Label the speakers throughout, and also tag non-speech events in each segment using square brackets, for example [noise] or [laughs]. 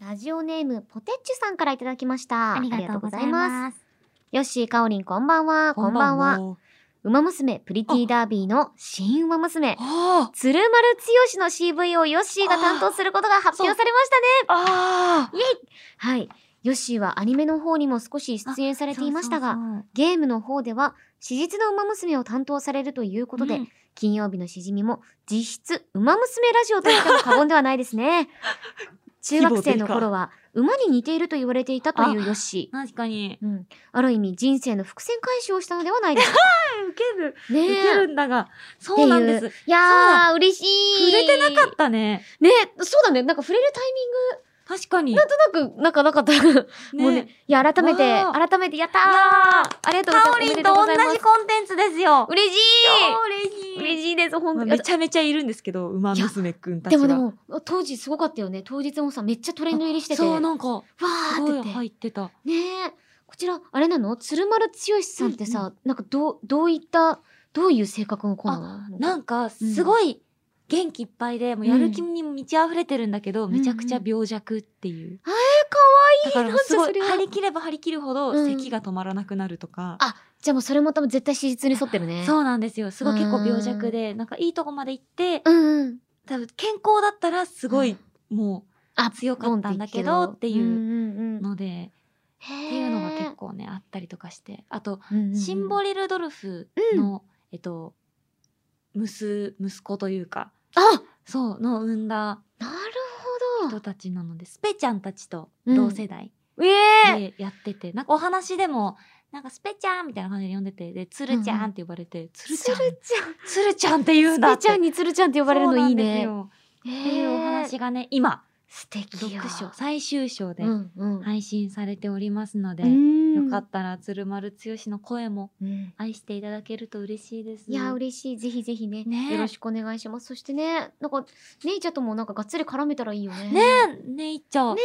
Speaker 1: ラジオネームポテッチさんからいただきました。。
Speaker 2: ありがとうございます
Speaker 1: ヨッシー、カオリン、こんばんは。こんばんは。。馬娘プリティダービーの新馬娘。
Speaker 2: あ
Speaker 1: 鶴丸剛の CV をヨッシーが担当することが発表されましたね。
Speaker 2: あ。ああ。
Speaker 1: はい。ヨッシーはアニメの方にも少し出演されていましたが、ゲームの方では史実の馬娘を担当されるということで、
Speaker 2: うん
Speaker 1: 金曜日のしじみも実質馬娘ラジオと言っても過言ではないです
Speaker 2: [laughs]
Speaker 1: ね。中学生の頃は馬に似ていると言われていたというヨッシー。
Speaker 2: 確かに。
Speaker 1: うん、ある意味人生の伏線回収をしたのではないです
Speaker 2: 受ける。
Speaker 1: かね
Speaker 2: [laughs] 受けるんだが。そうなんです。触
Speaker 1: いやー嬉しい
Speaker 2: れてなかったね。
Speaker 1: ねそうだねなんか触れるタイミン
Speaker 2: 確かに。
Speaker 1: グなんとなくなんかなかった [laughs] もうね、いや、改めて、
Speaker 2: わ
Speaker 1: 改めて、やったー
Speaker 2: いや
Speaker 1: ありがとうござい
Speaker 2: カ
Speaker 1: ま
Speaker 2: オ
Speaker 1: す。お
Speaker 2: リ
Speaker 1: め
Speaker 2: ン
Speaker 1: で
Speaker 2: と
Speaker 1: とう
Speaker 2: 同
Speaker 1: ございます
Speaker 2: じ。コンテンツですよ。
Speaker 1: 嬉しい
Speaker 2: 嬉
Speaker 1: 嬉
Speaker 2: しい。
Speaker 1: しいです、本当に。
Speaker 2: めちゃめちゃいるんですけど、馬娘くんたち
Speaker 1: で
Speaker 2: が。
Speaker 1: もでも、当時すごかったよね。当日もさ、めっちゃトレンド入りしてて。
Speaker 2: そう、
Speaker 1: わ
Speaker 2: なんか、す
Speaker 1: ー
Speaker 2: ご
Speaker 1: って
Speaker 2: い
Speaker 1: て。
Speaker 2: 入ってた。
Speaker 1: ねえ。こちら、あれなの鶴丸剛さんってさ、
Speaker 2: うん
Speaker 1: なんかどう、どういった、どういう性格の子なの
Speaker 2: なんか、すごい元気いっぱいで、もうやる気に満ち溢れてるんだけど、
Speaker 1: ん
Speaker 2: めちゃくちゃ病弱っていう。だからもう
Speaker 1: なん
Speaker 2: す
Speaker 1: じゃ
Speaker 2: ご
Speaker 1: そ
Speaker 2: い、
Speaker 1: れは
Speaker 2: 張り切れば張り切るほど、
Speaker 1: うん
Speaker 2: 咳が止まらなくなるとか。
Speaker 1: じゃあもうそれも多分絶対史実に沿ってるね。
Speaker 2: そうなんですよ。すごい結構病弱で、なんかいいとこまで行って、
Speaker 1: うんうん。
Speaker 2: 多分健康だったらすごい、も
Speaker 1: あ、
Speaker 2: 強かったんだけどっていう
Speaker 1: うん
Speaker 2: う
Speaker 1: うんうん。
Speaker 2: ので、
Speaker 1: っ
Speaker 2: っていうのが結構ね、あったりとかして。あと、
Speaker 1: 構
Speaker 2: シンボリルドルフの、えっと、息、息子というか、
Speaker 1: あ
Speaker 2: そう、の産んだ
Speaker 1: なるほ
Speaker 2: 人
Speaker 1: ど。
Speaker 2: たちなので、スペちゃんたちと同世代
Speaker 1: ええ
Speaker 2: でやってて、なんかお話でも、なんかスペちゃんみたいな感じで呼んでて、で、つるちゃんって呼ばれて、つるちゃん、
Speaker 1: ちゃん。
Speaker 2: つるちゃんって言うん
Speaker 1: ス
Speaker 2: だ
Speaker 1: ペ
Speaker 2: っ
Speaker 1: ちゃ
Speaker 2: て
Speaker 1: ん。につるちゃんって呼ばれるのいいね。
Speaker 2: そうなんですよ
Speaker 1: え
Speaker 2: っていうお話がね、今、
Speaker 1: 素敵よ
Speaker 2: 6。章、最終章で
Speaker 1: うんうん。
Speaker 2: 配信されておりますので、
Speaker 1: うん
Speaker 2: よかったら鶴丸剛の声も
Speaker 1: うん
Speaker 2: 愛していただけると嬉しいです。
Speaker 1: いや嬉しいぜひぜひね
Speaker 2: ねえ
Speaker 1: よろしくお願いしますそしてねなんかネイちゃんともなんかがっつり絡めたらいいよね
Speaker 2: ねえ、ネイチャー。
Speaker 1: ね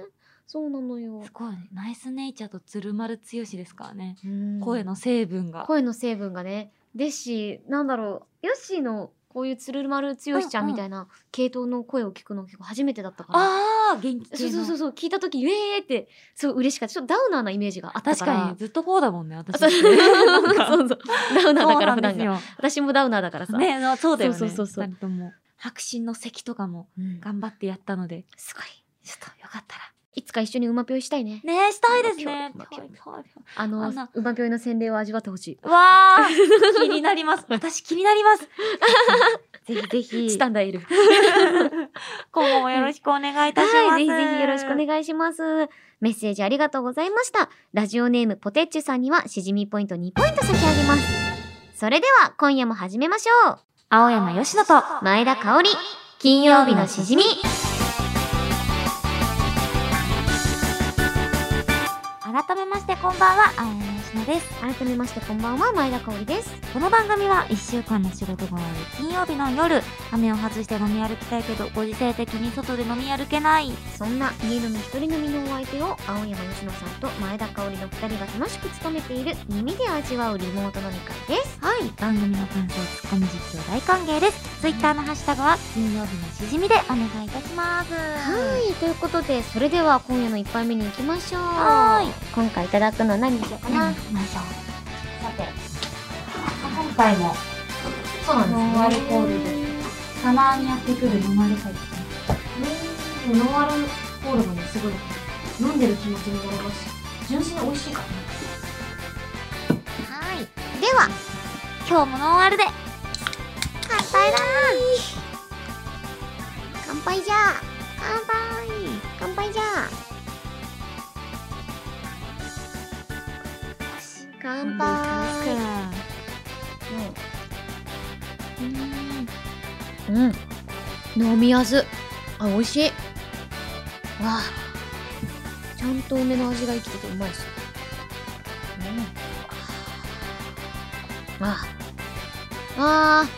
Speaker 1: えそうなのよ
Speaker 2: すごいね。ナイスネイチャーと鶴丸剛ですからね。
Speaker 1: うん
Speaker 2: 声の成分が。
Speaker 1: 声の成分がねですしなんだろうヨッシーのこういう鶴丸剛ちゃんみたいな系統の声を聞くの結構初めてだったから
Speaker 2: ああ、元気系
Speaker 1: そう
Speaker 2: の。
Speaker 1: そうそうそう聞いた時「イエーイ!」ってすごい嬉しかったちょっとダウナーなイメージがあった
Speaker 2: 確
Speaker 1: から
Speaker 2: かに、ずっとこうだもんね、私。
Speaker 1: そう [laughs]
Speaker 2: [laughs]
Speaker 1: そうそうダウナーだから普
Speaker 2: そうな
Speaker 1: 段
Speaker 2: んです
Speaker 1: が
Speaker 2: よ。
Speaker 1: 私もダウナーだからさ、
Speaker 2: ねえ、そうだよね。
Speaker 1: そうそうそうそう
Speaker 2: 二人とも。白真の席とかも
Speaker 1: うん
Speaker 2: 頑張ってやったので、
Speaker 1: すごい
Speaker 2: ちょっとよかったら。
Speaker 1: いつか一緒に馬ぴょいしたいね
Speaker 2: ねえ、したいですね。
Speaker 1: まあ
Speaker 2: ぴょいぴょいぴょい
Speaker 1: あの
Speaker 2: あんな
Speaker 1: 馬ぴょいの洗礼を味わってほしい
Speaker 2: わあ、気にな
Speaker 1: [laughs]
Speaker 2: ります。私気になります。ぜひぜひ。
Speaker 1: スタンダーいる
Speaker 2: [laughs] 今後もよろしくお願いいたします。
Speaker 1: はい、ぜひぜひよろしくお願いします。メッセージありがとうございました。ラジオネームポテッチュさんにはしじみポイント2ポイント差し上げます。それでは今夜も始めましょう。
Speaker 2: 青山よしのと、
Speaker 1: 前田香織、金曜日のしじみ。
Speaker 2: 改めましてこんばんは、青山よしのです。
Speaker 1: 改めましてこんばんは、前田香織です。
Speaker 2: この番組は1週間の仕事が終わる金曜日の夜、雨を外して飲み歩きたいけど、ご時世的に外で飲み歩けない。
Speaker 1: そんな家飲み一人飲みのお相手を青山佳乃さんと前田香織の2人が楽しく務めている耳で味わうリモート飲み会です。
Speaker 2: はい、番組の感想、ツッコミ実況大歓迎です。ツイッターのハッシュタグは、金曜日のしじみでお願いいたします。
Speaker 1: は、
Speaker 2: はい
Speaker 1: ということで、それでは今夜の1杯目に行きましょう。
Speaker 2: はーい
Speaker 1: 今回いただくのは何にしようかな。
Speaker 2: 行きましょう。さて、今回も、
Speaker 1: そう
Speaker 2: ノンアルコールでたまにやってくる飲まれ方
Speaker 1: うーんノンアルコールがねすごい飲んでる気持ちになれますし純粋に美味しいから
Speaker 2: はい
Speaker 1: では
Speaker 2: 今日もノンアルで
Speaker 1: 乾杯だ乾杯じゃあ乾杯乾杯じゃあ乾杯うん飲みやすあ美味しいわあちゃんと梅の味が生きててうまいしうんあああー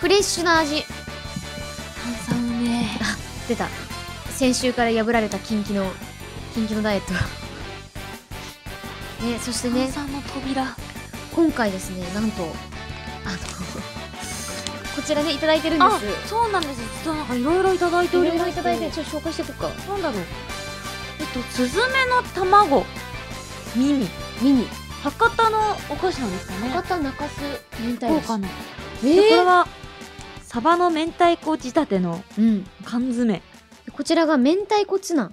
Speaker 1: フレッシュな味
Speaker 2: 炭酸うめ
Speaker 1: 出た先週から破られたキンキのキンキのダイエットねそしてね
Speaker 2: 炭酸の扉
Speaker 1: 今回ですねなんとあのここちらねいただいてるんで
Speaker 2: あ
Speaker 1: す
Speaker 2: そうなんです実はなんかいろいろいただいて
Speaker 1: い
Speaker 2: お
Speaker 1: ろ
Speaker 2: り
Speaker 1: い
Speaker 2: ま
Speaker 1: ろ
Speaker 2: す
Speaker 1: いただいてちょっと紹介してとくか
Speaker 2: なんだろうえっとスズメの卵耳
Speaker 1: ミニ
Speaker 2: 博多のお菓子なんですかね
Speaker 1: 博多中洲明太
Speaker 2: 豪
Speaker 1: 子
Speaker 2: 華な、
Speaker 1: え
Speaker 2: でこれ
Speaker 1: ー
Speaker 2: はサバの明太子仕立ての
Speaker 1: うん
Speaker 2: 缶詰
Speaker 1: こちらが明太子ツナ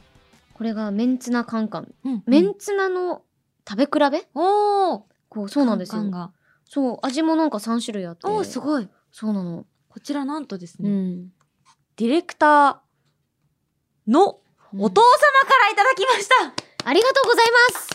Speaker 1: これがメンツナカンカン
Speaker 2: うん
Speaker 1: メンツナの食べ比べ
Speaker 2: おお
Speaker 1: こうそうなんですよ
Speaker 2: 缶が
Speaker 1: そう味もなんか3種類あって
Speaker 2: おおすごい
Speaker 1: そうなの
Speaker 2: こちらなんとですね、
Speaker 1: ん
Speaker 2: ディレクターのお父様からいただきました、
Speaker 1: ありがとうございます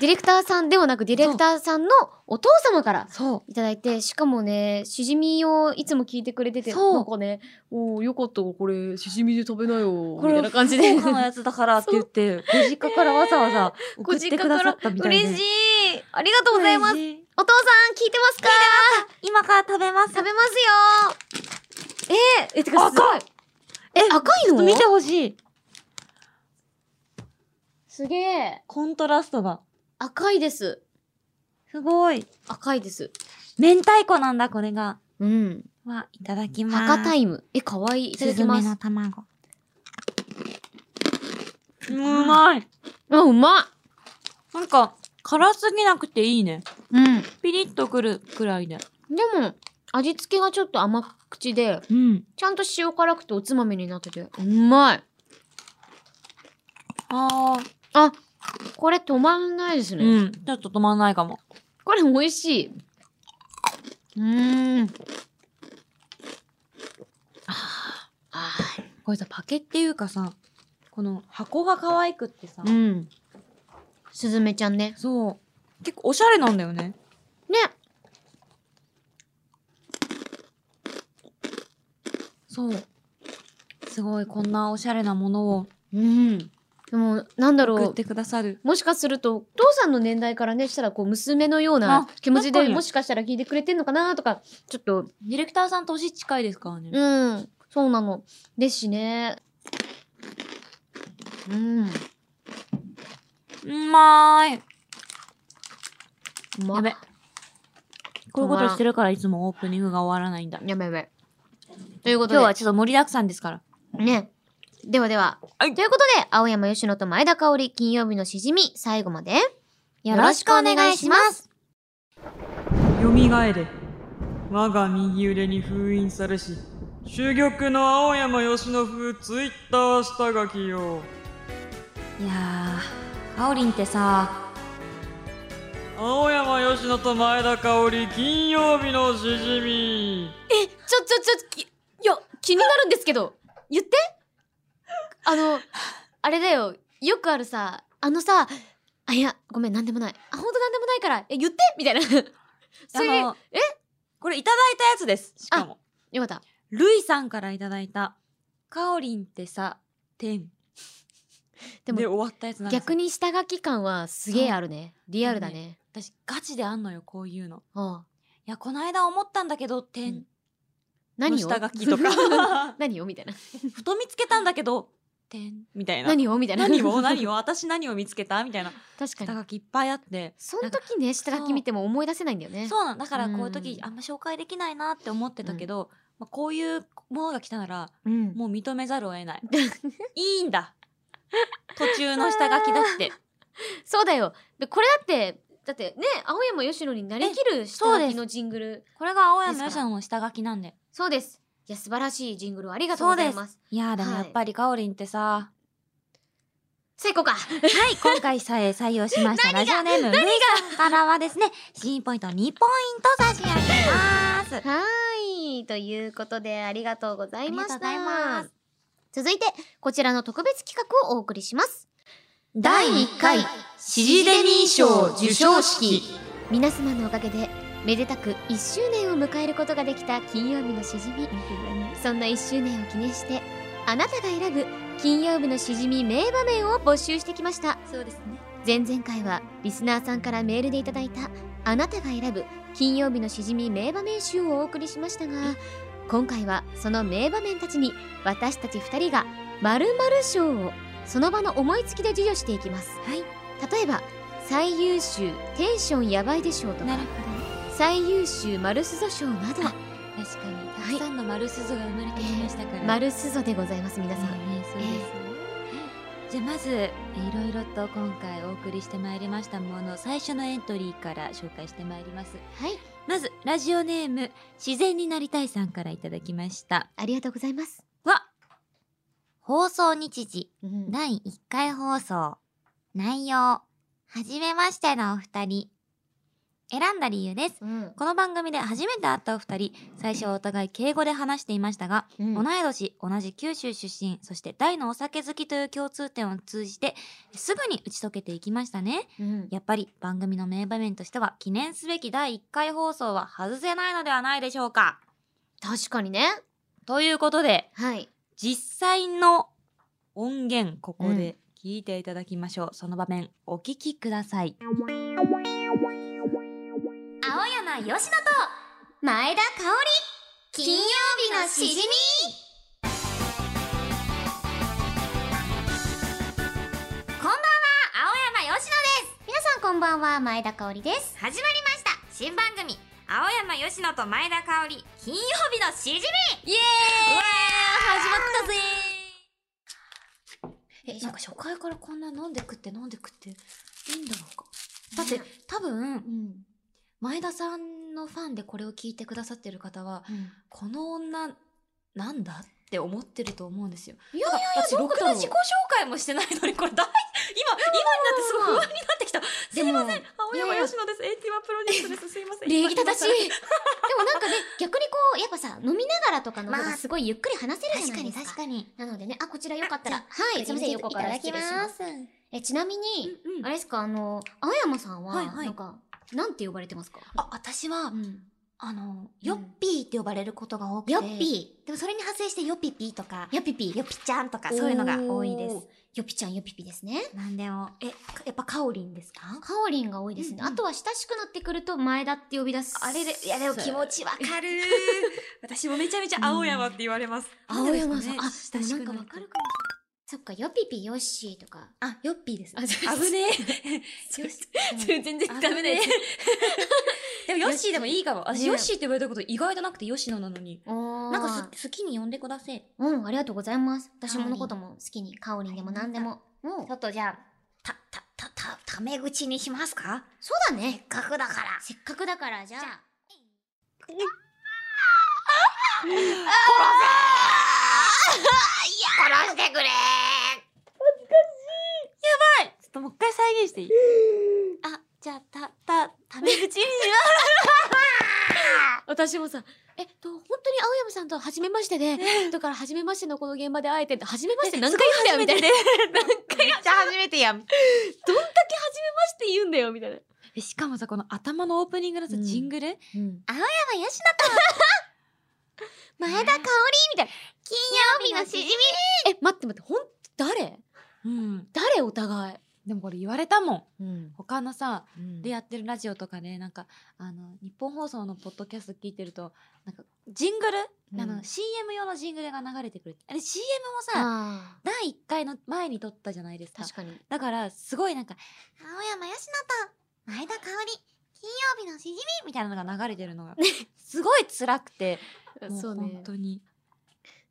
Speaker 1: ディレクターさんではなくディレクターさんのお父様から
Speaker 2: そう
Speaker 1: いただいてしかもねしじみをいつも聞いてくれてて
Speaker 2: そう
Speaker 1: なんかね「おおよかったこれしじみで食べなよ」
Speaker 2: こ
Speaker 1: み
Speaker 2: れ
Speaker 1: たいな感じで
Speaker 2: 福
Speaker 1: [laughs]
Speaker 2: 岡のやつだからって言ってご実家からわざわざ送ってくださったみたいで
Speaker 1: 嬉し
Speaker 2: い
Speaker 1: いありがとうございますお父さん聞いてますか
Speaker 2: 今から食べます
Speaker 1: 食べますよえー、えてかすごいえ赤い
Speaker 2: ちょっと
Speaker 1: の
Speaker 2: 見てほしい
Speaker 1: すげえ
Speaker 2: コントラストが
Speaker 1: 赤いです
Speaker 2: すごい
Speaker 1: 赤いです
Speaker 2: 明太子なんだこれが
Speaker 1: うん
Speaker 2: はいただきます
Speaker 1: 赤タイムえ可愛いいいただ
Speaker 2: ス
Speaker 1: き
Speaker 2: ズ
Speaker 1: ま
Speaker 2: メ
Speaker 1: す
Speaker 2: の卵うまい
Speaker 1: あうまっ
Speaker 2: なんか辛すぎなくていいね
Speaker 1: うん
Speaker 2: ピリッとくるくらいで
Speaker 1: でも、味付けがちょっと甘口で、
Speaker 2: うん
Speaker 1: ちゃんと塩辛くておつまみになってて、うまい。
Speaker 2: あ
Speaker 1: あ、これ止まんないです
Speaker 2: ー
Speaker 1: ね。
Speaker 2: うんちょっと止まんないかも
Speaker 1: これ美味しい。うーん。あー
Speaker 2: これさパケっていうかさこの箱が可愛くってさ、
Speaker 1: あー。うん。すずめちゃんね。
Speaker 2: そう結構おしゃれなんだよね
Speaker 1: ね。
Speaker 2: そうすごいこんなおしゃれなものを
Speaker 1: うん。でも、なんだろ
Speaker 2: 送っ
Speaker 1: う。
Speaker 2: てくださる
Speaker 1: もしかすると、お父さんの年代からね、したら、こう、娘のような
Speaker 2: あ
Speaker 1: 気持ち
Speaker 2: 確
Speaker 1: で、
Speaker 2: かに
Speaker 1: もしかしたら聞いてくれてんのかなとか、ちょっと
Speaker 2: ディレクターさん年近いですからね
Speaker 1: うん、そうなの。ですしね。うん。う
Speaker 2: うまーい
Speaker 1: ま
Speaker 2: やべこういうことしてるからいつもオープニングが終わらないんだ
Speaker 1: やべやべ。ということで。
Speaker 2: 今日はちょっと盛りだくさんですから
Speaker 1: ね。ではでは。
Speaker 2: はい
Speaker 1: ということで、青山吉野と前田香織、金曜日のしじみ、最後まで。よ
Speaker 2: よ
Speaker 1: ろ
Speaker 2: ろ
Speaker 1: し
Speaker 2: し
Speaker 1: く
Speaker 2: く
Speaker 1: お
Speaker 2: お
Speaker 1: 願
Speaker 2: 願
Speaker 1: い
Speaker 2: い
Speaker 1: し
Speaker 2: し
Speaker 1: ま
Speaker 2: ますす。
Speaker 3: よみがえれ我が右腕に封印されし珠玉の青山吉野風ツイッター下書きよ
Speaker 2: いやーかおりんってさ
Speaker 3: 青山吉野と前田香織金曜日のしじみ
Speaker 1: ちょ、ちょ、ちょき、いや、気になるんですけど、言ってあの、あれだよ、よくあるさ、あのさ、あ、いや、ごめん、なんでもない。あ、ほんとなんでもないから、え、言ってみたいな。 [laughs] そうい
Speaker 2: あ
Speaker 1: う
Speaker 2: の、これいただいたやつですしかも
Speaker 1: よかった。
Speaker 2: ルイさんからいただいたかおりんってさ点
Speaker 1: で
Speaker 2: で
Speaker 1: も
Speaker 2: 終わったやつなんですよ
Speaker 1: 逆に下書き感はすげえあるね。リアルだね。
Speaker 2: 私ガチであんのよこういうの
Speaker 1: ああ
Speaker 2: いやこの間思ったんだけど点、
Speaker 1: うん何を
Speaker 2: の下書きと [laughs] か
Speaker 1: [laughs] 何をみたいな。
Speaker 2: ふと見つけたんだけど点みたいな
Speaker 1: 何をみたいな。
Speaker 2: 何を何を私何を見つけたみたいな
Speaker 1: [laughs] 確か
Speaker 2: 下
Speaker 1: に。
Speaker 2: 書きいっぱいあって
Speaker 1: その時ね、下書き見ても思い出せないんだよね。
Speaker 2: そうなんだからこういう時
Speaker 1: うん
Speaker 2: あんま紹介できないなって思ってたけど、まあ、こういうものが来たなら
Speaker 1: うん。
Speaker 2: もう認めざるを得ない [laughs] いいんだ途中の下書きだ [laughs] って
Speaker 1: そうだよ。で、これだって、だってね、青山吉野になりきる下書きのジングル。
Speaker 2: これが青山よしの下書きなんで
Speaker 1: そうです。いや、素晴らしいジングルをありがとうございます。
Speaker 2: いやーでもやっぱりかおりんってさ
Speaker 1: 最高か。
Speaker 2: はい、今回さえ採用しましたラジオネーム、ムイさんからはですね、新ポイント2ポイント差し上げます。
Speaker 1: はーい。ということで、ありがとうございました。
Speaker 2: ありがとうございます
Speaker 1: 続いて、こちらの特別企画をお送りします。
Speaker 2: 第1回、
Speaker 1: 支
Speaker 2: 持デミー賞授賞式
Speaker 1: 皆様のおかげでめでたく1周年を迎えることができた金曜日のしじみそんな1周年を記念してあなたが選ぶ金曜日のしじみ名場面を募集してきました
Speaker 2: そうですね。
Speaker 1: 前々回はリスナーさんからメールでいただいたあなたが選ぶ金曜日のしじみ名場面集をお送りしましたが今回はその名場面たちに私たち2人が〇〇賞をその場の思いつきで授与していきます
Speaker 2: はい、
Speaker 1: 例えば最優秀テンションやばいでしょうと
Speaker 2: な
Speaker 1: か
Speaker 2: るほ
Speaker 1: 最優秀マルスゾ賞など
Speaker 4: 確かにた
Speaker 1: はい
Speaker 4: くさんの丸鈴が生まれてきましたから、
Speaker 1: 丸鈴でございます皆さん、
Speaker 4: ねそうですね、じゃあまずえいろいろと今回お送りしてまいりましたもの最初のエントリーから紹介してまいります
Speaker 1: はい
Speaker 4: まずラジオネーム自然になりたいさんからいただきました
Speaker 1: ありがとうございます、
Speaker 4: わ
Speaker 2: 放送日時
Speaker 1: うん
Speaker 2: 第1回放送内容はじめましてのお二人選んだ理由です
Speaker 1: うん
Speaker 2: この番組で初めて会ったお二人最初はお互い敬語で話していましたが、
Speaker 1: うん
Speaker 2: 同い年同じ九州出身そして大のお酒好きという共通点を通じてすぐに打ち解けていきましたね
Speaker 1: うん
Speaker 2: やっぱり番組の名場面としては記念すべき第1回放送は外せないのではないでしょうか
Speaker 1: 確かにね
Speaker 2: ということで
Speaker 1: はい
Speaker 2: 実際の音源ここで聞いていただきましょう、その場面お聞きください
Speaker 5: 青山よしと前田香織金曜日のしじみこんばんは青山よしです皆さんこんばんは前田香織です
Speaker 2: 始まりました新番組青山佳乃と前田香織金曜日のしじみイエーイ始まったぜ
Speaker 4: えなんか初回からこんな飲んで食って飲んで食っていいんだろうかだって多分
Speaker 1: うん
Speaker 4: 前田さんのファンでこれを聞いてくださってる方はこの女なんだって思ってると思うんですよ。
Speaker 1: いやいやいや
Speaker 4: 私
Speaker 1: ど
Speaker 4: ろ
Speaker 1: うだ
Speaker 4: く
Speaker 1: ろう
Speaker 4: な自己紹介もしてないのにこれ大今今になってすごい不安になってきた。すいません青
Speaker 1: いや
Speaker 4: 山
Speaker 1: いや
Speaker 4: 佳乃です。エイティワプロデュースです。すいません。
Speaker 1: [laughs] 礼儀正しい
Speaker 4: 今 [laughs]
Speaker 1: でもなんかね逆にこうやっぱさ飲みながらとかの方がすごいゆっくり話せるじゃないですか,、
Speaker 5: かに
Speaker 1: なのでねあこちらよかったら
Speaker 5: あ
Speaker 1: はいすいません横から
Speaker 5: いただきます
Speaker 1: えちなみに、
Speaker 4: うんうん
Speaker 1: あれですかあの青山さんは、
Speaker 4: はいはい
Speaker 1: なんかなんて呼ばれてますか
Speaker 5: あ私は
Speaker 1: うん
Speaker 5: あのヨッピーって呼ばれることが多くて
Speaker 1: ヨッピ
Speaker 5: でもそれに派生してヨッピピーとか
Speaker 1: ヨッピピ
Speaker 5: ヨッピちゃんとかそういうのが多いです
Speaker 1: おーヨッピちゃんヨッピピですね
Speaker 5: なんでもえかやっぱカオリンですか
Speaker 1: カオリンが多いですね、あとは親しくなってくると前田って呼び出す
Speaker 5: あれで、いやでも気持ちわか [laughs] る。
Speaker 4: 私もめちゃめちゃ
Speaker 2: 青山って
Speaker 4: 言われます。
Speaker 1: 青山さん、あ、で
Speaker 4: 親
Speaker 1: も
Speaker 4: し
Speaker 1: な
Speaker 4: く
Speaker 1: んか
Speaker 4: な
Speaker 1: わ
Speaker 4: る
Speaker 1: か
Speaker 4: と
Speaker 1: るかもそっか、ヨピピヨッシーと [laughs] か。
Speaker 5: あ、ヨッピーです。
Speaker 1: あ、そう
Speaker 4: 危
Speaker 1: [laughs]
Speaker 4: ねえ。よし全然ダメだよ。 [laughs] でもヨッシーでもいいかも。私
Speaker 1: ね
Speaker 4: ヨッシーって言われたこと意外となくてヨシノなのに。
Speaker 1: おー
Speaker 4: なんかす好きに呼んでください。
Speaker 1: うん、ありがとうございます。私ものことも好きに、カオリンでも何でも。うん、
Speaker 5: ちょっとじゃあ、た、た、た、た、ため口にしますか
Speaker 1: そうだね。
Speaker 5: せっかくだから。
Speaker 1: せっかくだから、じゃあ。
Speaker 5: 殺してくれ
Speaker 2: ちょっともう一回再現していいあ、じゃあ、た、た、ため [laughs] 口にし
Speaker 4: 私もさ、えっと、本当に青山さんと初めましてで、だから初めましてのこの現場で会えて、初めまして何回言うんだよ、みたいな。 [laughs]
Speaker 2: めっちゃ初めてやん。
Speaker 4: どんだけ初めまして言うんだよ、みたいな。
Speaker 2: えしかもさ、この頭のオープニングのさ、
Speaker 4: うん
Speaker 2: ジングル
Speaker 4: うん。
Speaker 5: 青山よしのと前田香織みたいな。金曜日のしじみ
Speaker 4: え、待って待って、ほん、誰
Speaker 2: うん。
Speaker 4: 誰お互い。
Speaker 2: でもこれ言われたもん。
Speaker 4: うん。
Speaker 2: 他のさ、
Speaker 4: で、
Speaker 2: でやってるラジオとかで、なんか、あの、日本放送のポッドキャスト聞いてると、なんか、ジングル、あ
Speaker 4: う
Speaker 2: の、
Speaker 4: ん
Speaker 2: CM 用のジングルが流れてくる。あれ CM もさ、
Speaker 1: あ
Speaker 2: 第1回の前に撮ったじゃないです
Speaker 1: あ、
Speaker 2: か。
Speaker 1: 確かに。
Speaker 2: だから、すごいなんか、
Speaker 5: 青山よしのと前田香織金曜日のしじみ
Speaker 2: みたいなのが流れてる
Speaker 1: [laughs]
Speaker 2: のが、すごい辛くて、
Speaker 1: そう
Speaker 2: もう本
Speaker 1: ね。
Speaker 2: 当に。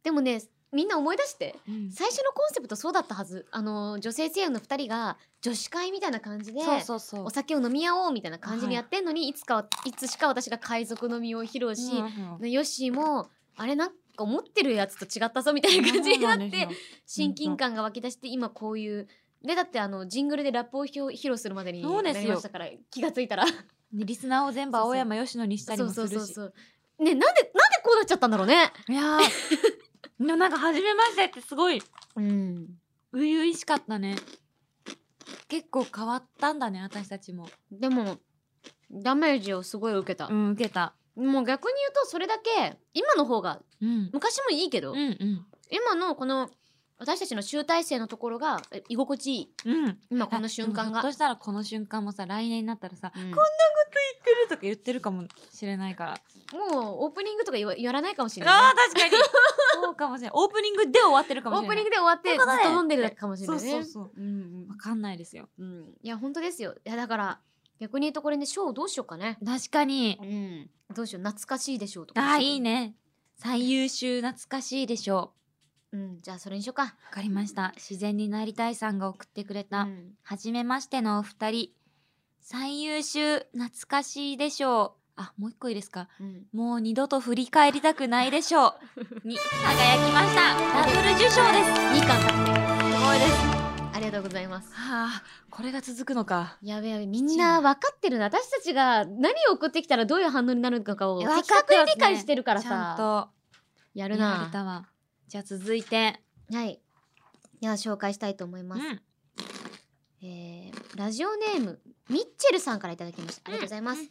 Speaker 1: でもね、みんな思い出して。
Speaker 2: うん
Speaker 1: 最初のコンセプトそうだったはず。あの、女性声優の二人が女子会みたいな感じで。
Speaker 2: そうそうそう
Speaker 1: お。酒を飲み合おうみたいな感じにやってんのに、い、つかはいつしか私が海賊飲みを披露し、 [laughs]
Speaker 2: うん
Speaker 1: ヨッシーもあれなんか思ってるやつと違ったぞみたいな感じになって親近感が湧き出して今こういうでだってあのジングルでラップをひょ披露するまでに
Speaker 2: そう
Speaker 1: な
Speaker 2: ですよ
Speaker 1: りましたから気がついたら
Speaker 2: ねリスナーを全部青山佳乃にしたりもするし。
Speaker 1: うねなんでなんでこうなっちゃったんだろうね
Speaker 2: いやーでもなんか初めましてってすごい
Speaker 1: うん
Speaker 2: 初々しかったね。結構変わったんだね私たちも。
Speaker 1: でもダメージをすごい受けた
Speaker 2: う、ん受けた。
Speaker 1: もう逆に言うとそれだけ今の方が
Speaker 2: うん。
Speaker 1: 昔もいいけど、
Speaker 2: うんうん
Speaker 1: 今のこの私たちの集大成のところがえ居心地いい
Speaker 2: うん。
Speaker 1: 今この瞬間
Speaker 2: ひょっ
Speaker 1: が
Speaker 2: としたらこの瞬間もさ来年になったらさ
Speaker 1: うん
Speaker 2: 「来る」とか言ってるかもしれないから。
Speaker 1: もうオープニングとか言わやらないかもしれな
Speaker 2: あ
Speaker 1: い
Speaker 2: ー確かに [laughs] そうかもしれない。オープニングで終わってるか
Speaker 1: オー
Speaker 2: もしれ
Speaker 1: プ
Speaker 2: ない。
Speaker 1: ニングで終わってず
Speaker 2: ということで
Speaker 1: っと飲んでるかもしれ
Speaker 2: そ
Speaker 1: な
Speaker 2: う
Speaker 1: いね
Speaker 2: そうそう。
Speaker 1: うん
Speaker 2: わかんないですよ。
Speaker 1: うん、いや本当ですよいやだから逆に言うとこれね賞どうしようかね
Speaker 2: 確かに。
Speaker 1: うんどうしよう懐かしいでしょうとか
Speaker 2: ああ、いいね。最優秀懐かしいでしょ
Speaker 1: うんじゃあそれにしようか
Speaker 2: う。わかりました。自然になりたいさんが送ってくれた。
Speaker 1: うん
Speaker 2: はじめましてのお二人。最優秀、懐かしいでしょう。あ、もう一個いいですか。
Speaker 1: うん
Speaker 2: もう二度と振り返りたくないでしょ
Speaker 1: [laughs]
Speaker 2: う。に、輝きました。ダブル受賞です。
Speaker 1: いい感覚
Speaker 2: すごいです。は
Speaker 1: ありがとうございます
Speaker 2: あ、これが続くのか。
Speaker 1: やべやべみんな分かってるな私たちが何を送ってきたらどういう反応になるのかを
Speaker 2: え
Speaker 1: 的
Speaker 2: 分かってます
Speaker 1: 確
Speaker 2: ね
Speaker 1: に理解してるから
Speaker 2: ちゃ
Speaker 1: さ
Speaker 2: んと
Speaker 1: やる
Speaker 2: 見られ
Speaker 1: な
Speaker 2: たわ。じゃあ続いて。
Speaker 1: はいでは紹介したいと思います、
Speaker 2: ん。
Speaker 1: えーラジオネームミッチェルさんからいただきましたありがとうございます、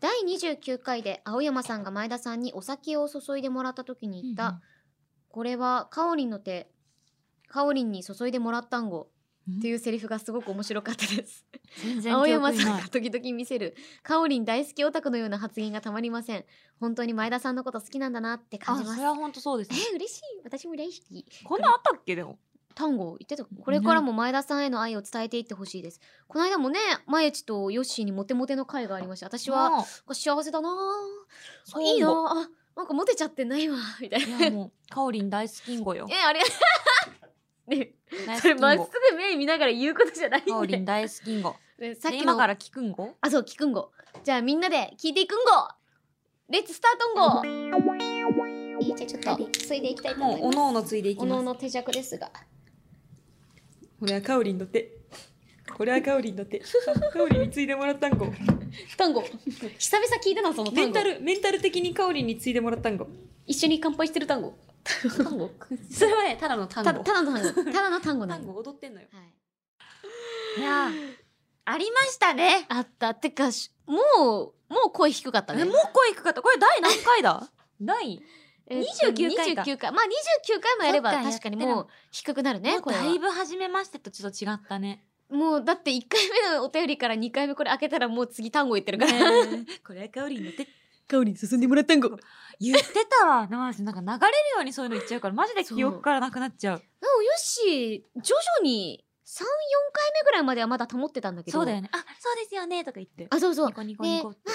Speaker 1: 第29回で青山さんが前田さんにお酒を注いでもらった時に言った、
Speaker 2: うんうん
Speaker 1: これはカオリンの手カオリンに注いでもらったんご
Speaker 2: うん
Speaker 1: っていうセリフがすごく面白かったです
Speaker 2: 全然
Speaker 1: 青
Speaker 2: 記憶
Speaker 1: 山
Speaker 2: にな
Speaker 1: さん
Speaker 2: い
Speaker 1: が。時々見せるカオリン大好きオタクのような発言がたまりません本当に前田さんのこと好きなんだなって感
Speaker 2: あ、
Speaker 1: じま
Speaker 2: そ
Speaker 1: す
Speaker 2: れは本当そうです
Speaker 1: え
Speaker 2: ね。
Speaker 1: ー、嬉しい私も大好き
Speaker 6: こんなんあったっけでも。
Speaker 1: 単語言ってたこれからも前田さんへの愛を伝えていってほしいですこの間もねまゆちとヨッシーにモテモテの会がありました私は
Speaker 2: も
Speaker 1: 幸せだな
Speaker 6: そ
Speaker 1: あ
Speaker 6: う
Speaker 1: いいなあなんかモテちゃってんな今みたいうない
Speaker 2: やもう、かおりん大好きんごよ
Speaker 1: [laughs] え。あれ [laughs] ね
Speaker 2: 大好
Speaker 1: そ
Speaker 2: き
Speaker 1: れ
Speaker 2: ん
Speaker 1: まっ
Speaker 2: ご
Speaker 1: す。ぐ目見ながら言うことじゃない
Speaker 2: かお
Speaker 1: ん
Speaker 2: り
Speaker 1: で
Speaker 2: ん大好きんご。
Speaker 1: ねさっ
Speaker 2: で
Speaker 1: き
Speaker 2: 今
Speaker 1: の
Speaker 2: から聞くんご
Speaker 1: あそう聞くんごじゃあみんなで聞いていくんごレッツスタートンゴえー、じゃあちょっとついでいきたいと
Speaker 6: もう、お
Speaker 1: ます
Speaker 6: のおのついでいき
Speaker 1: お
Speaker 6: ま
Speaker 1: のお
Speaker 6: す。
Speaker 1: の手弱ですが
Speaker 3: これはカオリンの手これはカオリンの手カオリンについでもらったんご
Speaker 1: 単語久々聞いたなその単語
Speaker 3: メンタルメンタル的にカオリンについでもらったんご
Speaker 1: 一緒に乾杯してる単語単語
Speaker 6: それはね、ただの単
Speaker 1: たただの単語ただの単語な
Speaker 6: 単
Speaker 1: の、
Speaker 6: 語踊ってんのよ。
Speaker 1: はい、
Speaker 2: いやーありましたね。
Speaker 1: あったてかしもうもう声低かった
Speaker 6: え、
Speaker 1: ね
Speaker 6: もう声いくかった。これ第何回だ第
Speaker 1: えっと
Speaker 6: 29回か
Speaker 1: 29回まあ29回もやれば
Speaker 2: そっか
Speaker 1: 確かに
Speaker 2: や
Speaker 1: もう低くなるね
Speaker 2: もう
Speaker 1: これは
Speaker 2: だいぶ初めましてとちょっと違った
Speaker 3: [laughs]
Speaker 2: ね。
Speaker 1: もうだって1回目のお便りから2回目これ開けたらもう次単語言ってるから、
Speaker 6: これはカオリンの手。
Speaker 1: 香り進んでもらったんご
Speaker 2: 言ってたわ。なんか流れるようにそういうの言っちゃうから、マジで記憶からなくなっちゃう。
Speaker 1: なおよし徐々に34回目ぐらいまではまだ保ってたんだけど
Speaker 2: そうだよね。あ、そうですよね。とか言って。
Speaker 1: あそうそう
Speaker 2: ニコニコ
Speaker 1: で「
Speaker 2: ニ
Speaker 1: わは
Speaker 2: コ
Speaker 1: は」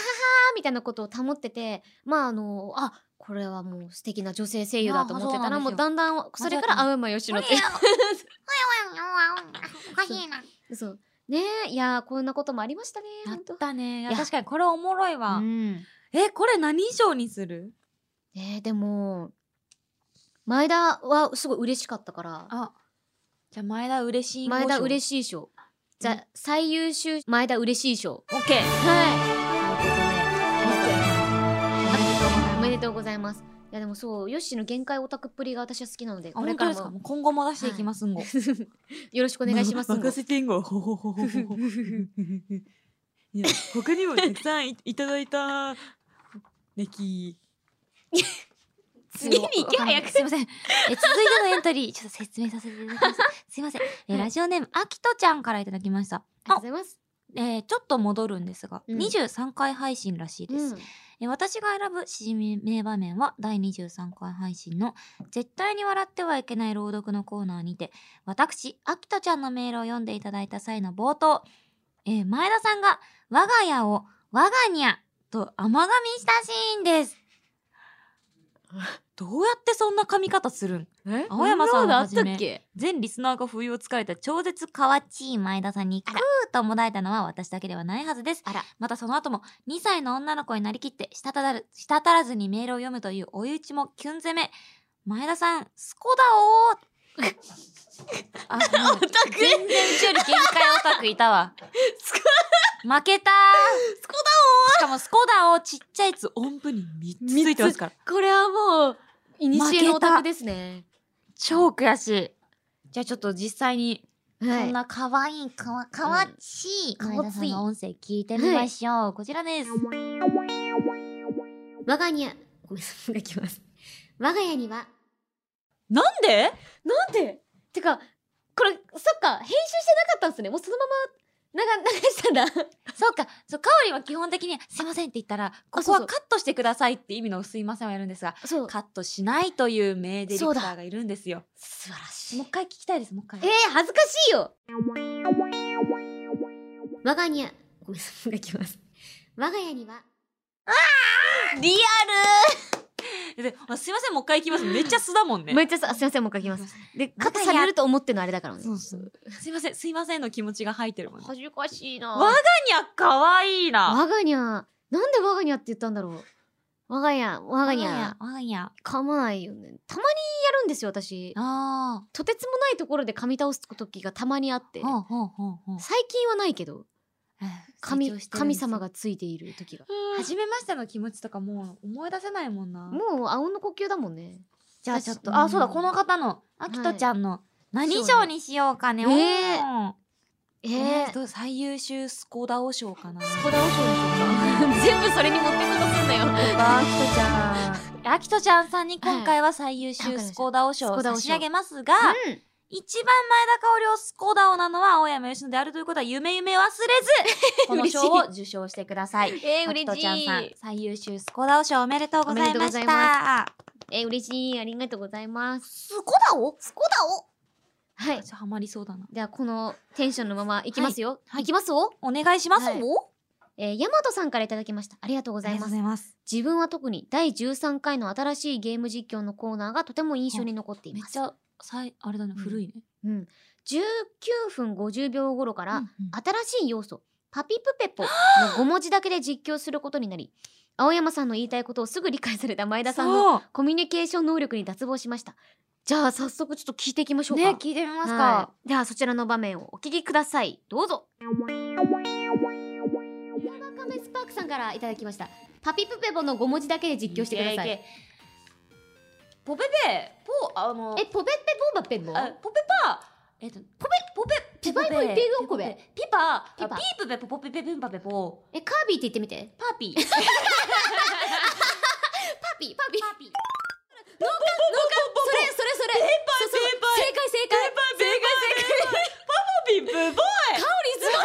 Speaker 1: みたいなことを保っててまああのあこれはもう素敵な女性声優だと思ってた
Speaker 2: いや
Speaker 1: ら
Speaker 2: ーそ
Speaker 1: も
Speaker 2: う
Speaker 1: う
Speaker 2: な
Speaker 1: だんだんそれから青山よしのって
Speaker 5: おかしいな。
Speaker 1: そうねえいやーこんなこともありましたね
Speaker 2: な
Speaker 1: 本当
Speaker 2: ったね。いや
Speaker 1: いや
Speaker 2: 確かにこれおもろいわ
Speaker 1: う。ん
Speaker 2: え、これ何以上にする
Speaker 1: ねえでも前田はすごい嬉しかったから
Speaker 2: あ、じゃあ前田嬉しい
Speaker 1: 前田
Speaker 2: しい。
Speaker 1: 嬉しい賞じゃあ最優秀前田嬉しい賞
Speaker 2: オッケー。
Speaker 1: は
Speaker 2: あ
Speaker 1: いおめでとうございますいやでもそうヨッシーの限界オタクっぷりが私は好きなのでこ
Speaker 2: 本
Speaker 1: れ
Speaker 2: 当
Speaker 1: か
Speaker 2: で
Speaker 1: ら
Speaker 2: すか
Speaker 1: も
Speaker 2: もう今後も出していきますん
Speaker 1: [laughs]
Speaker 2: ご。
Speaker 1: よろしくお願いし
Speaker 3: [laughs]
Speaker 1: ますんご
Speaker 3: 任せてんごほほほほほほいや他にもたくさんいいただいたネキ
Speaker 1: 次に行け
Speaker 2: [laughs]
Speaker 1: 早く
Speaker 2: す
Speaker 1: [laughs]
Speaker 2: いません。え続いてのエントリー、ちょっと説明させていただきます。 [laughs] すいません。えラジオネーム、あきとちゃんからいただきました。
Speaker 1: ありがとうございます
Speaker 2: えーちょっと戻るんですが、
Speaker 1: うん
Speaker 2: 23回配信らしいです。え私が選ぶしじみ名場面は第23回配信の「絶対に笑ってはいけない朗読」のコーナーにて私あきとちゃんのメールを読んでいただいた際の冒頭、えー前田さんが「我が家を我がにゃ」と甘噛みしたシーンです。 [laughs] どうやってそんな噛み方するん
Speaker 1: え
Speaker 2: 青山さん
Speaker 1: だ
Speaker 2: は
Speaker 1: あっ
Speaker 2: 初
Speaker 1: た
Speaker 2: め
Speaker 1: っけ
Speaker 2: 全リスナーが不意をつかれた超絶かわちい前田さんにクーともだえたのは私だけではないはずです。
Speaker 1: あら
Speaker 2: またその後も2歳の女の子になりきってしたただる、したたらずにメールを読むという追い打ちもキュン攻め。前田さん、スコだおー [laughs] あ、もう
Speaker 1: 全
Speaker 2: 全然うちより限界オタクいた [laughs] わ。負けたー
Speaker 1: スコ
Speaker 2: しかもスコだおーちっちゃいやつ音符に3つついてますから。
Speaker 1: これはもういにしえのオタクですね
Speaker 2: 超悔しい。じゃあちょっと実際に
Speaker 1: は
Speaker 2: そん
Speaker 1: い
Speaker 2: な可愛いかわかわちい
Speaker 1: うん
Speaker 2: 前田さんの音声聞いてみましょう、こちらです
Speaker 1: 我が家ごめんなさいもう [laughs] 一回いきます我が家には
Speaker 6: なんで
Speaker 1: なんでてかこれそっか編集してなかったんですねもうそのまま [laughs] 流流したんだ
Speaker 2: そうかそうかおりんは基本的に「すいません」って言ったらここ
Speaker 1: そう
Speaker 2: は
Speaker 1: そう
Speaker 2: カットしてくださいって意味の「すいません」をやるんですが
Speaker 1: そう
Speaker 2: カットしないという名ディレクターがいるんですよ
Speaker 1: 素晴らし
Speaker 2: もう一回聞きたいですもう一回
Speaker 1: えー、恥ずかしいよ我が家ごごめんなさい、もう一回いきます。我が家には、
Speaker 2: リアルで、まあ、すいません、もう一回いきます。めっちゃ素だもんね。
Speaker 1: めっちゃさ、すいません、もう一回いきます。で、カットされると思ってのあれだからね。
Speaker 2: そうそう。すいません、すいませんの気持ちが入ってるもんね。
Speaker 1: 恥ずかしいな
Speaker 2: わがにゃ、かわいいな。
Speaker 1: 我がにゃなんで我がにゃって言ったんだろう我が家我がにゃ
Speaker 2: わがにゃ。
Speaker 1: 噛まないよねたまにやるんですよ私
Speaker 2: あ
Speaker 1: とてつもないところで噛み倒す時がたまにあって
Speaker 2: あ。ほうほうほうほう。
Speaker 1: 最近はないけど神神様
Speaker 2: が。
Speaker 1: がついている時が
Speaker 2: 初めましての気持ちとかもう思い出せないもんな。
Speaker 1: もう青の呼吸だもんね
Speaker 2: じゃあちょっ
Speaker 1: う
Speaker 2: と、
Speaker 1: ん
Speaker 2: あ、そうだ、この方の、あきとちゃんの、何賞にしようかね。
Speaker 1: そうね
Speaker 2: うん
Speaker 1: え
Speaker 2: え
Speaker 1: ー
Speaker 2: ー、どう最優秀スコダオ賞かな。
Speaker 1: スコダオショーでしょうか [laughs] 全部それに持ってこうとすんなよ
Speaker 2: あきとちゃん。あきとちゃんさんに今回は最優
Speaker 1: はい
Speaker 2: 秀スコダオ賞
Speaker 1: スコ
Speaker 2: を
Speaker 1: ダオ
Speaker 2: 差
Speaker 1: 賞
Speaker 2: し上げますが、
Speaker 1: うん
Speaker 2: 一番前田香織をスコダオなのは青山佳乃であるということは夢夢忘れず、
Speaker 1: [laughs]
Speaker 2: この賞を受賞してください。
Speaker 1: えー、
Speaker 2: あき
Speaker 1: 嬉
Speaker 2: と
Speaker 1: しい
Speaker 2: ちゃんさん、最優秀スコダオ賞おめでとうござい
Speaker 1: おめでとう
Speaker 2: ま
Speaker 1: ござ
Speaker 2: し
Speaker 1: い
Speaker 2: た。
Speaker 1: えー、嬉しいありがとうございます
Speaker 2: スコダオスコ
Speaker 1: は
Speaker 2: ダ
Speaker 1: い
Speaker 2: オハマりそうだな。
Speaker 1: ではこのテンションのままいきますよ、
Speaker 2: はい
Speaker 1: いきますよ
Speaker 2: お願いします。
Speaker 1: はい
Speaker 2: お
Speaker 1: えー、ヤマトさんからいただきました。ありがとうございます。
Speaker 2: います。
Speaker 1: 自分は特に第13回の新しいゲーム実況のコーナーがとても印象に残ってい
Speaker 2: めっ
Speaker 1: ます。
Speaker 2: ちゃ、さい、あれだね、
Speaker 1: うん
Speaker 2: 古いね。
Speaker 1: うん、19分50秒頃から、
Speaker 2: うんうん
Speaker 1: 新しい要素「パピプペポ」の5文字だけで実況することにな [laughs] り青山さんの言いたいことをすぐ理解された前田さんの
Speaker 2: そ
Speaker 1: コミュニケーション能力に脱帽しました。じゃあ早速ちょっと聞いていきましょ
Speaker 2: う。
Speaker 1: うか。
Speaker 2: ね、聞いてみます
Speaker 1: は
Speaker 2: か。
Speaker 1: いではそちらの場面をお聞きくださいどうぞ山亀スパークさんからいただきましたパピプペボの5文字だけで実況してください
Speaker 2: けけ。ポペペ、ポ、あの、
Speaker 1: えポペペボーバペボ
Speaker 2: あポペパえっと、ポペ、ポペ、
Speaker 1: ピ
Speaker 2: ピ
Speaker 1: パイボイペグオコベ
Speaker 2: ピパ、
Speaker 1: ピ
Speaker 2: ピ
Speaker 1: パ
Speaker 2: パ、ピープペポポペペペンパペポ、
Speaker 1: えカービィって言ってみて
Speaker 2: パーピー。
Speaker 1: パピパピ
Speaker 2: パーピー。
Speaker 1: それそれそれペーパー正解正解
Speaker 2: 正解正解。パポピプボイ。
Speaker 1: パオリズム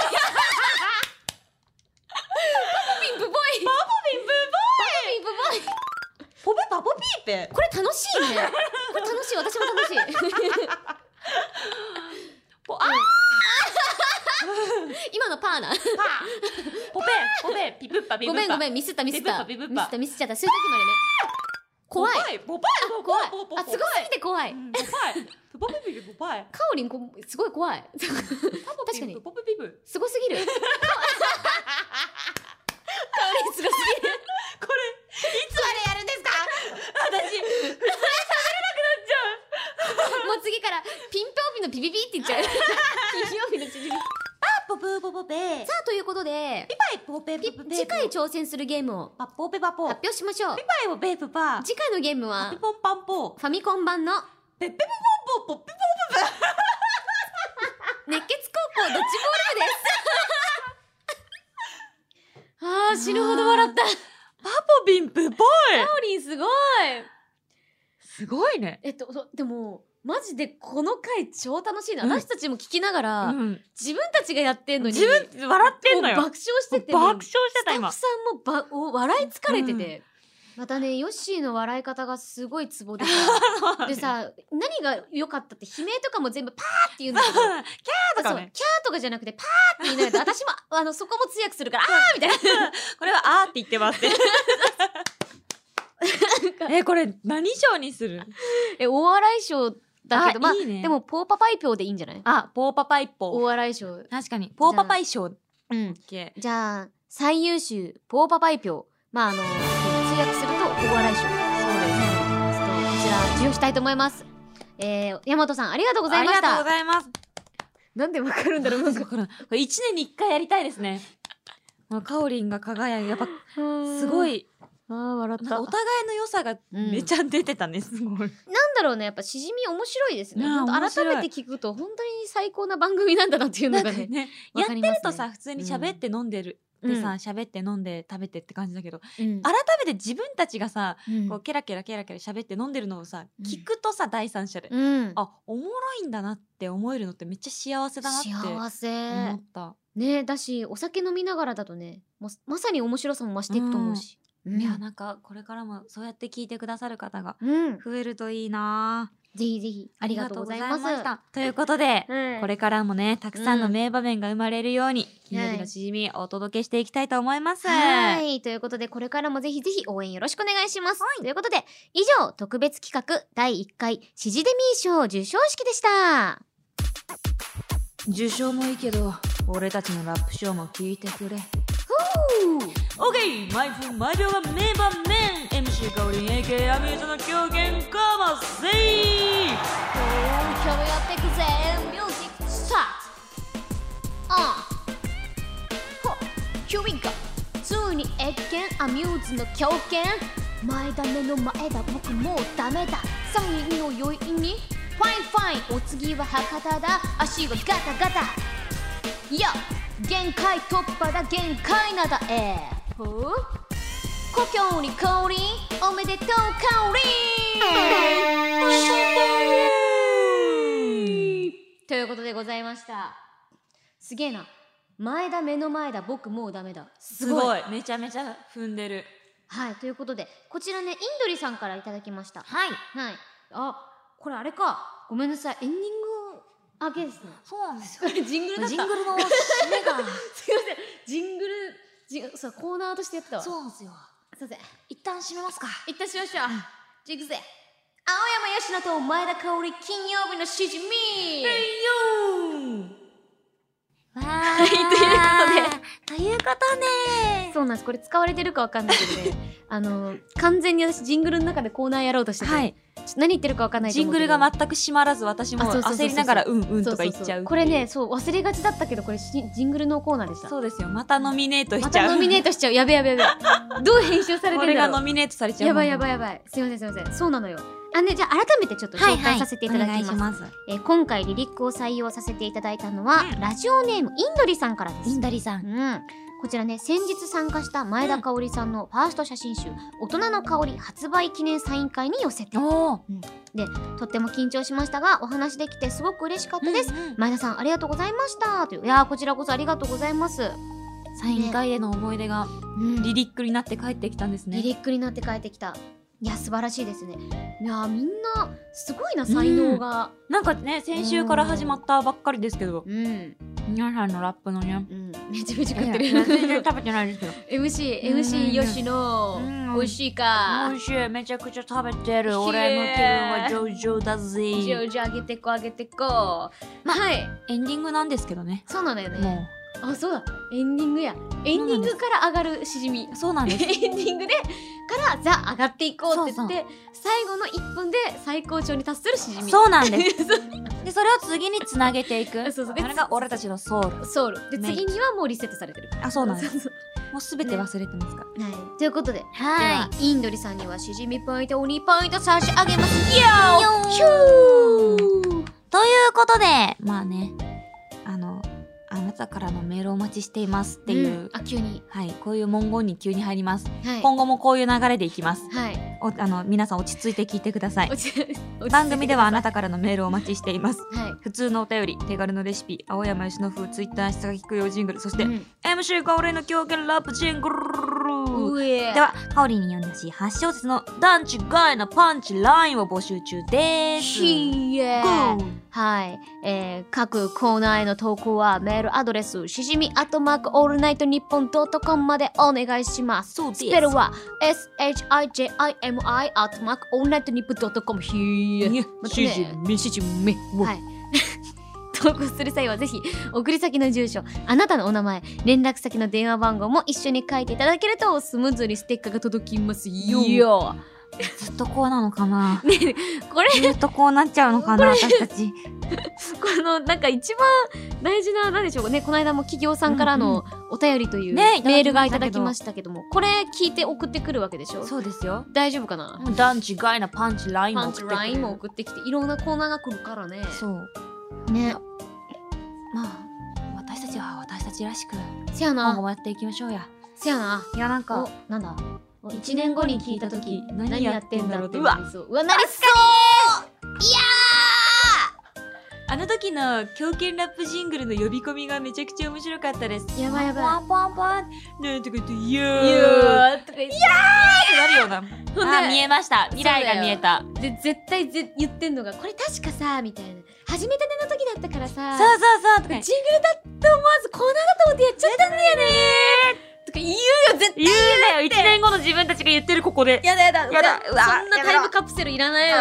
Speaker 1: パピンブボイ
Speaker 2: パポピプ
Speaker 1: ピンブボイ
Speaker 2: ボイ。ポペパポピーペ。
Speaker 1: これ楽しいねこれ楽しい私も楽し
Speaker 2: [laughs]
Speaker 1: い
Speaker 2: ポ [laughs] あ
Speaker 1: 今のパーな
Speaker 2: パ。ポペポペピプッパピプッパ。
Speaker 1: ごめんごめんミスったミスった
Speaker 2: ビ
Speaker 1: ミ
Speaker 2: ブッパビブッパ
Speaker 1: スったミスっちゃったそういう時までね怖い。
Speaker 2: ポパイ。
Speaker 1: 怖い
Speaker 2: ポ
Speaker 1: あ
Speaker 2: パイ
Speaker 1: すごすぎて怖い
Speaker 2: うんポパイ。ポペピプポパイ。
Speaker 1: カオリンこすごい怖い
Speaker 2: パポ
Speaker 1: 確か
Speaker 2: ピ
Speaker 1: に
Speaker 2: プポペピプ。
Speaker 1: すごすぎるカオリンすごすぎる
Speaker 2: これいつまでやるんですか？私
Speaker 1: もう次からピンピョーピのピピピって言っちゃう金曜日の縮みさ
Speaker 2: ポプポポペ。
Speaker 1: あということで
Speaker 2: パイポペ
Speaker 1: ピ
Speaker 2: プペ。
Speaker 1: 次回挑戦するゲームを
Speaker 2: パポペパポ。
Speaker 1: 発表しましょう
Speaker 2: ピパイをベープパ。
Speaker 1: 次回のゲームは
Speaker 2: ピポンパンポ。
Speaker 1: ファミコン版の
Speaker 2: ペペポポポピ
Speaker 1: 熱血高校ドッジボール部です。あ [laughs] あ、死ぬほど笑った。
Speaker 2: パポビンプボイ。
Speaker 1: カオリンすごい。
Speaker 2: すごいね。
Speaker 1: えっと、そでも、マジでこの回超楽しいな。
Speaker 2: うん
Speaker 1: 私たちも聞きながら、
Speaker 2: うん。
Speaker 1: 自分たちがやってんのに、
Speaker 2: 自分笑ってんのよ。
Speaker 1: もう
Speaker 2: 爆
Speaker 1: 爆笑してて、
Speaker 2: 笑
Speaker 1: し
Speaker 2: してた今。
Speaker 1: スタッフさんもばお笑い疲れてて。またね、ヨッシーの笑い方がすごいツボで
Speaker 2: [laughs]
Speaker 1: さでさ、何が良かったって悲鳴とかも全部パーって言うんだけ
Speaker 2: [laughs]
Speaker 1: ど、
Speaker 2: とかね
Speaker 1: そうキャーとかじゃなくてパーって言いながら、私もあのそこも通訳する
Speaker 2: [laughs]
Speaker 1: から、あーみたいな。
Speaker 2: これはあーって言ってますね。え、これ何賞にする
Speaker 1: え、お笑い賞だけど、まあ、
Speaker 2: いいね
Speaker 1: で、も、ポーパパイ票でいいんじゃない
Speaker 2: あ、ポーパパイ
Speaker 1: お
Speaker 2: ポ。
Speaker 1: 笑い賞。
Speaker 2: 確かに。ポーパパイ賞。
Speaker 1: うん。
Speaker 2: OK
Speaker 1: じゃあ、最優秀、ポーパパイ票。まあ、あの、通訳するとお笑い賞。そうですね。ちょっと、こちら、授与したいと思います。えー、大和さん、ありがとうござ
Speaker 2: あ
Speaker 1: い
Speaker 2: り
Speaker 1: まし
Speaker 2: がとう
Speaker 1: た。
Speaker 2: ございます。
Speaker 1: なんでわかるんだろう、 [laughs] なんか。
Speaker 2: これ、これ1年に1回やりたいですね。このカオリンが輝いやっぱす
Speaker 1: す
Speaker 2: ご。い、
Speaker 1: あー、笑
Speaker 2: なんかお互いの良さが
Speaker 1: うん
Speaker 2: めちゃ出てたね、すごい。
Speaker 1: なんだろうね、やっぱ、しじみ面白いですね。
Speaker 2: ね
Speaker 1: ほんと
Speaker 2: 面白い
Speaker 1: 改めて聞くと、本当に最高な番組なんだなっていう
Speaker 2: な
Speaker 1: の
Speaker 2: んか
Speaker 1: がね。
Speaker 2: ね、
Speaker 1: わ
Speaker 2: やっ
Speaker 1: か
Speaker 2: て
Speaker 1: り
Speaker 2: る
Speaker 1: ますね
Speaker 2: とさ、普通に喋って飲んでる。
Speaker 1: うん
Speaker 2: でさ、喋って飲んで食べてって感じだけど、
Speaker 1: うん
Speaker 2: 改めて自分たちがさ、
Speaker 1: うん
Speaker 2: こうケラケラケラケラ喋って飲んでるのをさ、
Speaker 1: うん
Speaker 2: 聞くとさ第三者で、
Speaker 1: うん。
Speaker 2: あおもろいんだなって思えるのってめっちゃ幸せだなって
Speaker 1: 幸せ
Speaker 2: 思。った、
Speaker 1: ねだしお酒飲みながらだとねもうまさに面白さも増していくと思うし、うん
Speaker 2: いやなんかこれからもそうやって聞いてくださる方が
Speaker 1: うん
Speaker 2: 増えるといいな
Speaker 1: ぜひぜひありがとうございます
Speaker 2: ありがとうございましたということで、
Speaker 1: うん
Speaker 2: これからもね、たくさんの名場面が生まれるよう
Speaker 1: う
Speaker 2: に、
Speaker 1: ん
Speaker 2: 金曜日のしじみをお届けしていきたいと思います。
Speaker 1: はい。ということで、これからもぜひぜひ応援よろしくお願いします。ということで、以上、特別企画第1回、シジデミー賞受賞式でした。
Speaker 2: 受賞もいいけど、俺たちのラップショーも聞いてくれ。オーケー毎分毎秒が名場面 !MC 香り AK アミューズの狂言かませい
Speaker 5: 今日もやっていくぜミュージックスタートあヒューリンガ
Speaker 1: つに越見アミューズの狂犬前だめの前だ僕もうダメだサインの余韻にファインファインお次は博多だ足がガタガタいや限界突破だ限界なだえーほう故郷に降臨おめでとう降臨ということでございましたすげえな前だ目の前だ僕もうダメだ
Speaker 2: すごいめちゃめちゃ踏んでる。
Speaker 1: はい、ということで、こちらね、インドリさんからいただきました。
Speaker 2: はい。
Speaker 1: はい。あ、これあれか。ごめんなさい、エンディングあけですね。
Speaker 2: そうなんですよ。
Speaker 1: これ [laughs] ジングルだった。
Speaker 2: ジング
Speaker 1: ル。
Speaker 2: ルの締め [laughs] が。
Speaker 1: すいません。ジングル、ジンそう、コーナーとしてやってたわ。。
Speaker 2: そううなんですよ。
Speaker 1: すいません。
Speaker 2: 一旦締めます [laughs] か。
Speaker 1: いったしましょう。じゃあ行くぜ。青山佳乃と前田香織金曜日のしじみ
Speaker 6: わーということで、ということで、
Speaker 1: そうなんです。これ使われてるかわかんないけど
Speaker 2: [laughs]
Speaker 1: ね。あの、完全に私ジングルの中でコーナーやろうとしてて、
Speaker 2: はい。
Speaker 1: ちょっと何言ってるかわかんないと
Speaker 2: ジン
Speaker 1: 思うけ
Speaker 2: グ
Speaker 1: ど
Speaker 2: ルが全く締まらず、私も
Speaker 1: あそうそうそうそう
Speaker 2: 焦りながら、うんうんとか言っ
Speaker 1: そ
Speaker 2: ちゃうっていう。
Speaker 1: これね、そう、忘れがちだったけど、これしジングルのコーナーでした。
Speaker 2: そうですよ。またノミネートし
Speaker 1: ま
Speaker 2: ちゃ
Speaker 1: た
Speaker 2: う。
Speaker 1: ノミネートしちゃう。やべやべやべ。
Speaker 2: [laughs]
Speaker 1: どう編集され
Speaker 2: こ
Speaker 1: てる
Speaker 2: れ
Speaker 1: んだ
Speaker 2: が
Speaker 1: ろ
Speaker 2: ノ
Speaker 1: う。
Speaker 2: ミネートされちゃう。
Speaker 1: やばいやばいやばい。すいませんすいません。そうなのよ。あね、じゃあ改めてちょっと紹介させていただきます。
Speaker 2: お願いします。
Speaker 1: えー今回リリックを採用させていただいたのは、
Speaker 2: うん
Speaker 1: ラジオネームインドリさんからです。
Speaker 2: インダリさん。
Speaker 1: うん、こちらね先日参加した前田香織さんのファースト写真集「大人の香り」発売記念サイン会に寄せて
Speaker 2: おお。
Speaker 1: とっても緊張しましたがお話できてすごく嬉しかったです、
Speaker 2: うんうん
Speaker 1: 前田さんありがとうございましたといういやーこちらこそありがとうございます、
Speaker 2: サイン会での思い出が
Speaker 1: うん
Speaker 2: リリックになって帰ってきたんですね。
Speaker 1: リリックになって帰ってきたいや素晴らしいですねいやーみんなすごいな才能が
Speaker 2: なんかね、先週から始まったばっかりですけど、
Speaker 1: うん、うん
Speaker 2: 皆さんのラップのね。
Speaker 1: めちゃめちゃ食って
Speaker 2: いや全然
Speaker 1: [laughs] る
Speaker 2: 食べてない [laughs] ですけど。
Speaker 1: MC
Speaker 2: うん
Speaker 1: MC 吉野
Speaker 2: うん
Speaker 1: 美味しいか
Speaker 2: 美味しい、めちゃくちゃ食べてる。
Speaker 1: 美味しい
Speaker 2: 俺の気分は上々だぜ。
Speaker 1: じゃあじゃああげてこあげてこまあはい
Speaker 2: エンディングなんですけどね。
Speaker 1: そうなんだよね
Speaker 2: も
Speaker 1: あそうだエンディングやエンディングから上がるしじみ
Speaker 2: う、そうなん
Speaker 1: エ
Speaker 2: です。
Speaker 1: ンディングでからザ上がっていこうって言って
Speaker 2: そ
Speaker 1: 最後の1分で最高潮に達するしじみ
Speaker 2: [laughs] [laughs] そうなんです。で、それを次につなげていく。
Speaker 1: そうそう
Speaker 2: あれが俺たちのソウル。
Speaker 1: ソウルで
Speaker 2: メイ
Speaker 1: 次にはもうリセットされてる
Speaker 2: あ、そうなんです。
Speaker 1: す
Speaker 2: もうすべて忘れてますから。
Speaker 1: はい、ということで、
Speaker 2: は
Speaker 1: ではインドリさんにはしじみポイント鬼ポイント差し上げます
Speaker 2: ヒューということで、まあね、あの、あなたからのメールをお待ちしていますっていう、
Speaker 1: んあ急に
Speaker 2: はい、こういう文言に急に入ります。
Speaker 1: はい
Speaker 2: 今後もこういう流れでいきます。
Speaker 1: はい
Speaker 2: おあの、皆さん落ち着いて聞いてください。
Speaker 1: 落ち着いてください
Speaker 2: 番組ではあなたからのメールをお待ちしています。
Speaker 1: は
Speaker 2: 普通のお便り、手軽のレシピ、青山由伸風ツイッター下書き供養ジングル、そし
Speaker 1: い
Speaker 2: て、
Speaker 1: うん
Speaker 2: MC 香りの狂犬ラップジングル
Speaker 1: うえ
Speaker 2: では、カオリに読んだし、8小節の段違いなパンチラインを募集中です。
Speaker 1: ひえ
Speaker 2: ゴー
Speaker 1: はい、えー、各コーナーへの投稿はメールアドレスしじみアットマークオールナイトニッポンドットコムまでお願いします
Speaker 2: そうです
Speaker 1: スペルは SHIJIMI アットマークオールナイトニッポンドットコムひー
Speaker 2: しじみしじみ
Speaker 1: はい。投稿する際はぜひ送り先の住所あなたのお名前連絡先の電話番号も一緒に書いていただけるとスムーズにステッカーが届きますよ。 [laughs]
Speaker 2: ずっとこうなのかな
Speaker 1: これ
Speaker 2: ずっとこうなっちゃうのかな私たち
Speaker 1: このなんか一番大事な何でしょうかねこの間も企業さんからのお便りという
Speaker 2: ねいただきま
Speaker 1: メ
Speaker 2: したけど
Speaker 1: ールがいただきましたけども、これ聞いて送ってくるわけでしょ
Speaker 2: [laughs] そうですよ
Speaker 1: 大丈夫かな、
Speaker 2: 段違いなパンチライン
Speaker 1: パ
Speaker 2: を
Speaker 1: ン
Speaker 2: 送
Speaker 1: チ
Speaker 2: ってく
Speaker 1: ラ
Speaker 2: れ
Speaker 1: イ
Speaker 2: る
Speaker 1: ンも送ってきていろんなコーナーが来るからね。
Speaker 2: そう
Speaker 1: ね。
Speaker 2: まあ私たちは私たちらしく
Speaker 1: せや
Speaker 2: 今後
Speaker 1: な
Speaker 2: もやっていきましょうや
Speaker 1: せやない
Speaker 2: やなんか
Speaker 1: おなんだ
Speaker 2: 一年後に聞いた時何やってんだろうって
Speaker 1: うわうわなりそう
Speaker 2: ああの時の狂犬ラップジングルの呼び込みがめちゃくちゃ面白かったです。
Speaker 1: やばいやばい
Speaker 2: パンパンパンパンなんとか言って、いやー
Speaker 3: いや
Speaker 2: とか言って、いやーってなるよ
Speaker 1: ほん
Speaker 2: な。あ
Speaker 1: で
Speaker 2: ー、見えました。未来が見えた。
Speaker 1: で絶対ぜ言ってんのがこれ確かさみたいな初めての時だったからさ
Speaker 2: そうそうそうとか言って
Speaker 1: ジングルだって思わずこんなだと思ってやっちゃったんだよねとか言うよ絶対
Speaker 2: 言うなよ !1 年後の自分たちが言ってるここで。
Speaker 1: やだやだ
Speaker 2: やだ
Speaker 1: 俺
Speaker 2: うわ
Speaker 1: そんなタイムカプセルいらないよ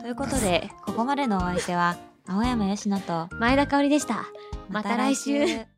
Speaker 2: ということで、ここまでのお相手は、青山佳乃と、
Speaker 1: 前田香織でしたまた来週
Speaker 2: また来週